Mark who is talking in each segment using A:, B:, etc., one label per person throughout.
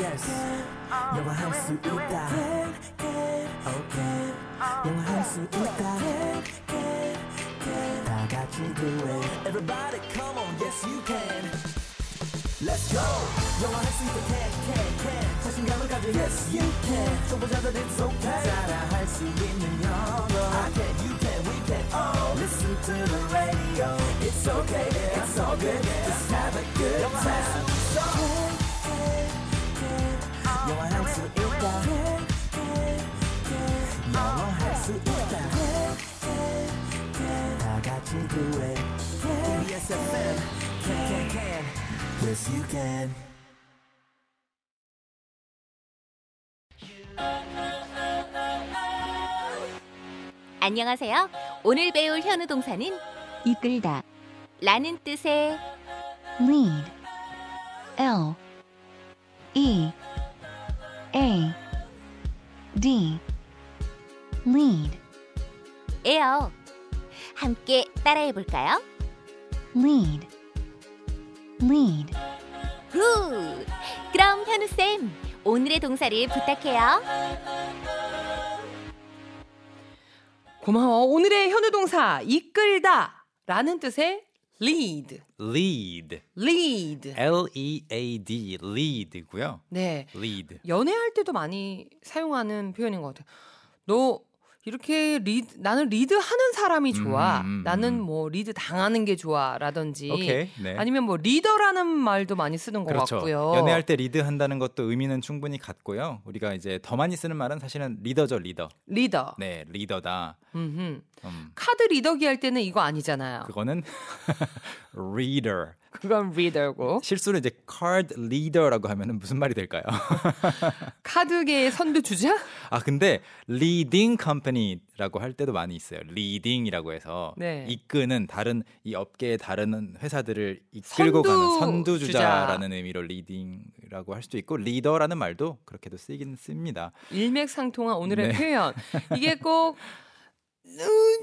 A: yes 영화할 수 있다 okay 영화할 수 있다 다 같이 do it everybody come on yes you can Let's go 영화할 수 있다 can can can 자신감을 가져 yes you can 초보자들 it's okay 따라할 수 있는 영어 I can you can we can all listen to the radio it's okay yeah, it's all good just have a good time 영화할 수 있다 영화할 수 있다 다 같이 do it KBS FM can can can yes you can
B: 안녕하세요. 오늘 배울 현우 동사는
C: 이끌다
B: 라는 뜻의
C: lead L E A D lead
B: 에요. 함께 따라해 볼까요?
C: lead lead
B: 굿! 그럼 현우쌤, 오늘의 동사를 부탁해요.
D: 고마워. 오늘의 현우 동사 이끌다라는 뜻의 lead,
E: lead.
D: lead.
E: L E A D lead고요.
D: 네,
E: lead.
D: 연애할 때도 많이 사용하는 표현인 것 같아요. 너 이렇게 리드 나는 리드 하는 사람이 좋아.
E: 음, 음, 음.
D: 나는 뭐 리드 당하는 게 좋아라든지
E: 오케이. 네.
D: 아니면 뭐 리더라는 말도 많이 쓰는 것
E: 그렇죠.
D: 같고요.
E: 연애할 때 리드 한다는 것도 의미는 충분히 같고요. 우리가 이제 더 많이 쓰는 말은 사실은 리더죠, 리더.
D: 리더.
E: 네, 리더다.
D: 음흠.
E: 음,
D: 카드 리더기 할 때는 이거 아니잖아요.
E: 그거는 reader.
D: 그건 리더고
E: 실수로 이제 card leader라고 하면은 무슨 말이 될까요?
D: 카드계의 선두주자?
E: 아 근데 leading company라고 할 때도 많이 있어요. leading이라고 해서
D: 네.
E: 이끄는 다른 이 업계의 다른 회사들을
D: 선두
E: 이끌고 가는 선두주자라는 의미로 leading이라고 할 수도 있고 리더라는 말도 그렇게도 쓰이긴 씁니다.
D: 일맥상통한 오늘의
E: 네.
D: 표현. 이게 꼭 음,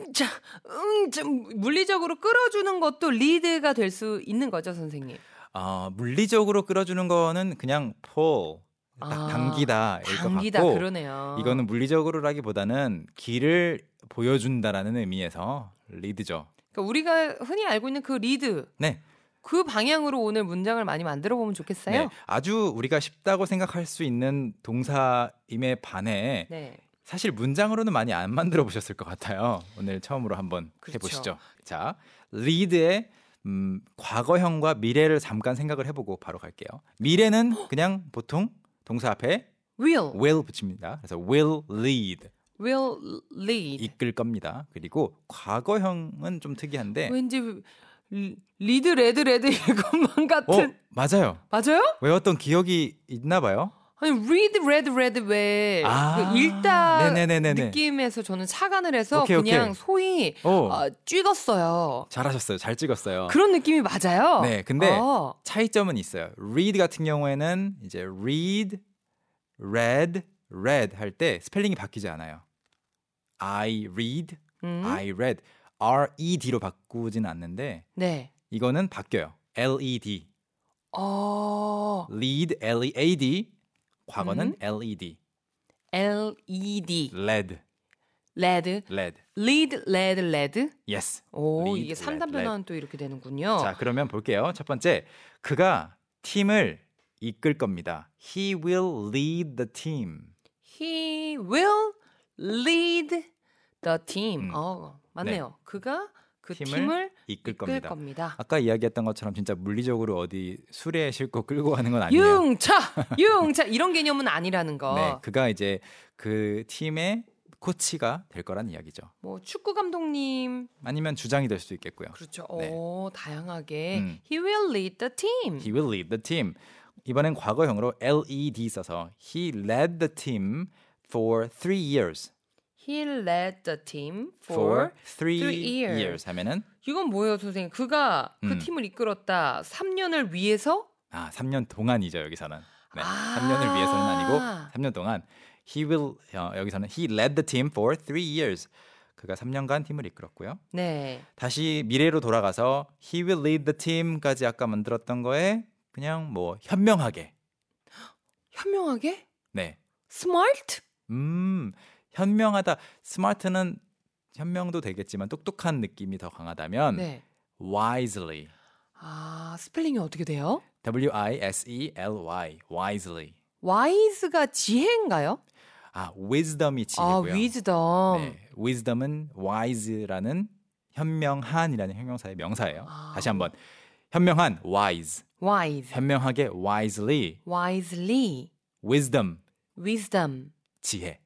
D: 응자 응자 물리적으로 끌어주는 것도 리드가 될 수 있는 거죠, 선생님.
E: 아 물리적으로 끌어주는 거는 그냥 pull 딱
D: 아,
E: 당기다 일것
D: 당기다
E: 같고
D: 그러네요.
E: 이거는 물리적으로라기보다는 길을 보여준다라는 의미에서 리드죠.
D: 그러니까 우리가 흔히 알고 있는 그 리드
E: 네.
D: 그 방향으로 오늘 문장을 많이 만들어 보면 좋겠어요.
E: 아주 우리가 쉽다고 생각할 수 있는 동사임에 반해
D: 네.
E: 사실 문장으로는 많이 안 만들어 보셨을 것 같아요. 오늘 처음으로 한번
D: 그렇죠.
E: 해보시죠. 자, 리드의 음, 과거형과 미래를 잠깐 생각을 해보고 바로 갈게요. 미래는 그냥 보통 동사 앞에
D: will
E: will 붙입니다. 그래서 will lead
D: 네. will lead.
E: 이끌 겁니다. 그리고 과거형은 좀 특이한데,
D: 왠지 리- 리드 레드 레드 이것만
E: 어
D: 같은
E: 맞아요.
D: 맞아요?
E: 외웠던 기억이 있나 봐요.
D: 아니 read red red 왜
E: 아,
D: 그 읽다
E: 네네네네네.
D: 느낌에서 저는 착안을 해서
E: 오케이, 오케이.
D: 그냥 소위
E: 어,
D: 어, 찍었어요.
E: 잘하셨어요. 잘 찍었어요.
D: 그런 느낌이 맞아요.
E: 네, 근데
D: 어,
E: 차이점은 있어요. read 같은 경우에는 이제 read, read, read 할 때 스펠링이 바뀌지 않아요. I read,
D: 음,
E: I read, R E D로 바꾸진 않는데
D: 네.
E: 이거는 바뀌어요. L E D,
D: 어,
E: lead, L E A D. 과거는
D: 음.
E: L E D,
D: LED,
E: led,
D: LED,
E: led.
D: E lead, LED, LED.
E: Yes.
D: 오,
E: lead,
D: 이게
E: led,
D: 삼단
E: led.
D: 변화는 또 이렇게 되는군요.
E: 자, 그러면 볼게요. 첫 번째, 그가 팀을 이끌 겁니다. He will lead the team.
D: He will lead the team.
E: 음.
D: 어, 맞네요. 그가 그
E: 팀을
D: 팀을,
E: 이끌
D: 이끌
E: 겁니다.
D: 겁니다.
E: 아까 이야기했던 것처럼 진짜 물리적으로 어디 수레에 싣고 끌고 가는 건 아니에요.
D: 융차, 어. 융차 이런 개념은 아니라는 거.
E: 네, 그가 이제 그 팀의 코치가 될 거란 이야기죠.
D: 뭐 축구 감독님
E: 아니면 주장이 될 수도 있겠고요.
D: 그렇죠.
E: 네.
D: 오, 다양하게
E: 음.
D: he will lead the team.
E: He will lead the team. 이번엔 과거형으로 LED 써서 He led the team for three years.
D: He led the team for
E: three,
D: three years.
E: years 하면은
D: 이건 뭐예요, 선생님? 그가 그
E: 음.
D: 팀을 이끌었다. 3년을 위해서
E: 아 3년 동안이죠 여기서는. 네,
D: 아.
E: 3년을 위해서는 아니고 3년 동안 He will 어, 여기서는 He led the team for three years. 그가 3년간 팀을 이끌었고요.
D: 네.
E: 다시 미래로 돌아가서 he will lead the team까지 아까 만들었던 거에 그냥 뭐 현명하게
D: 현명하게?
E: 네.
D: 스마트?
E: 음, 현명하다. 스마트는 현명도 되겠지만 똑똑한 느낌이 더 강하다면
D: 네.
E: wisely.
D: 아, 스펠링이 어떻게 돼요?
E: W I S E L Y. wisely.
D: 와이즈가 지혜인가요?
E: 아, wisdom이
D: 아,
E: 지혜고요.
D: 위즈덤.
E: 네. wisdom은 wise라는 현명한이라는 형용사의 명사예요.
D: 아.
E: 다시 한번. 현명한 wise.
D: 와이즈.
E: 현명하게 wisely.
D: wisely.
E: wisdom
D: wisdom.
E: 지혜.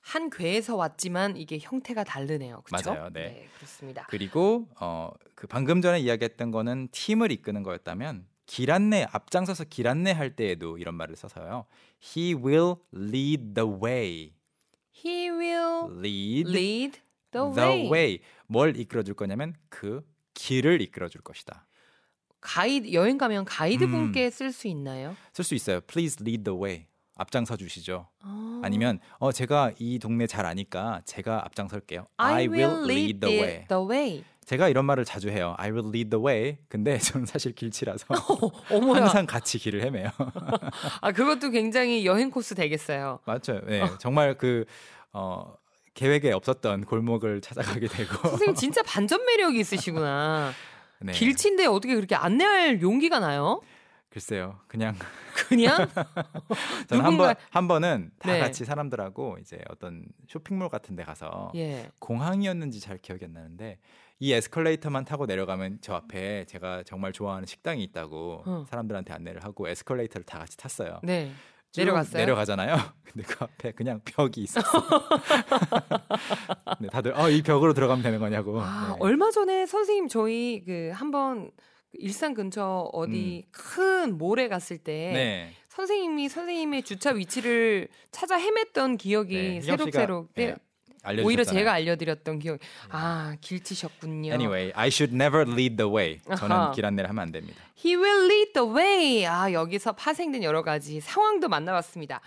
D: 한 궤에서 왔지만 이게 형태가 다르네요. 그렇죠?
E: 맞아요, 네.
D: 그렇습니다.
E: 그리고 어 그 방금 전에 이야기했던 거는 팀을 이끄는 거였다면 길 안내 앞장서서 길 안내 할 때에도 이런 말을 써서요. He will lead the way.
D: He will
E: Lead,
D: lead the,
E: the
D: way.
E: way. 뭘 이끌어 줄 거냐면 그 길을 이끌어 줄 것이다.
D: 가이드 여행 가면 가이드
E: 음.
D: 분께 쓸 수 있나요?
E: 쓸 수 있어요. Please lead the way. 앞장서 주시죠.
D: 아.
E: 아니면 어 제가 이 동네 잘 아니까 제가 앞장설게요.
D: I will lead
E: the way.
D: the way.
E: 제가 이런 말을 자주 해요. I will lead the way. 근데 저는 사실 길치라서
D: 어머야.
E: 항상 같이 길을 헤매요.
D: 아 그것도 굉장히 여행 코스 되겠어요.
E: 맞죠. 네, 정말 그 어, 계획에 없었던 골목을 찾아가게 되고.
D: 선생님 진짜 반전 매력이 있으시구나.
E: 네.
D: 길친데 어떻게 그렇게 안내할 용기가 나요?
E: 글쎄요. 그냥
D: 그냥
E: 저는 한
D: 누군가-
E: 번 한 번은 다
D: 네.
E: 같이 사람들하고 이제 어떤 쇼핑몰 같은 데 가서
D: 예.
E: 공항이었는지 잘 기억이 안 나는데 이 에스컬레이터만 타고 내려가면 저 앞에 제가 정말 좋아하는 식당이 있다고
D: 어.
E: 사람들한테 안내를 하고 에스컬레이터를 다 같이 탔어요.
D: 네.
E: 쭉
D: 내려갔어요?
E: 내려가잖아요. 근데 그 앞에 그냥 벽이 있었어요. 네, 다들 어, 이 벽으로 들어가면 되는 거냐고.
D: 아,
E: 네.
D: 얼마 전에 선생님 저희 그 한번 일산 근처 어디 큰 몰에 갔을 때
E: 음. 네.
D: 선생님이 선생님의 주차 위치를 찾아 헤맸던 기억이
E: 네, 희경 씨가,
D: 새록새록
E: 네,
D: 네,
E: 알려주셨잖아요.
D: 오히려 제가 알려드렸던 기억 아 길치셨군요.
E: Anyway, I should never lead the way. 저는
D: 아하.
E: 길 안내를 하면 안 됩니다.
D: He will lead the way. 아 여기서 파생된 여러 가지 상황도 만나봤습니다.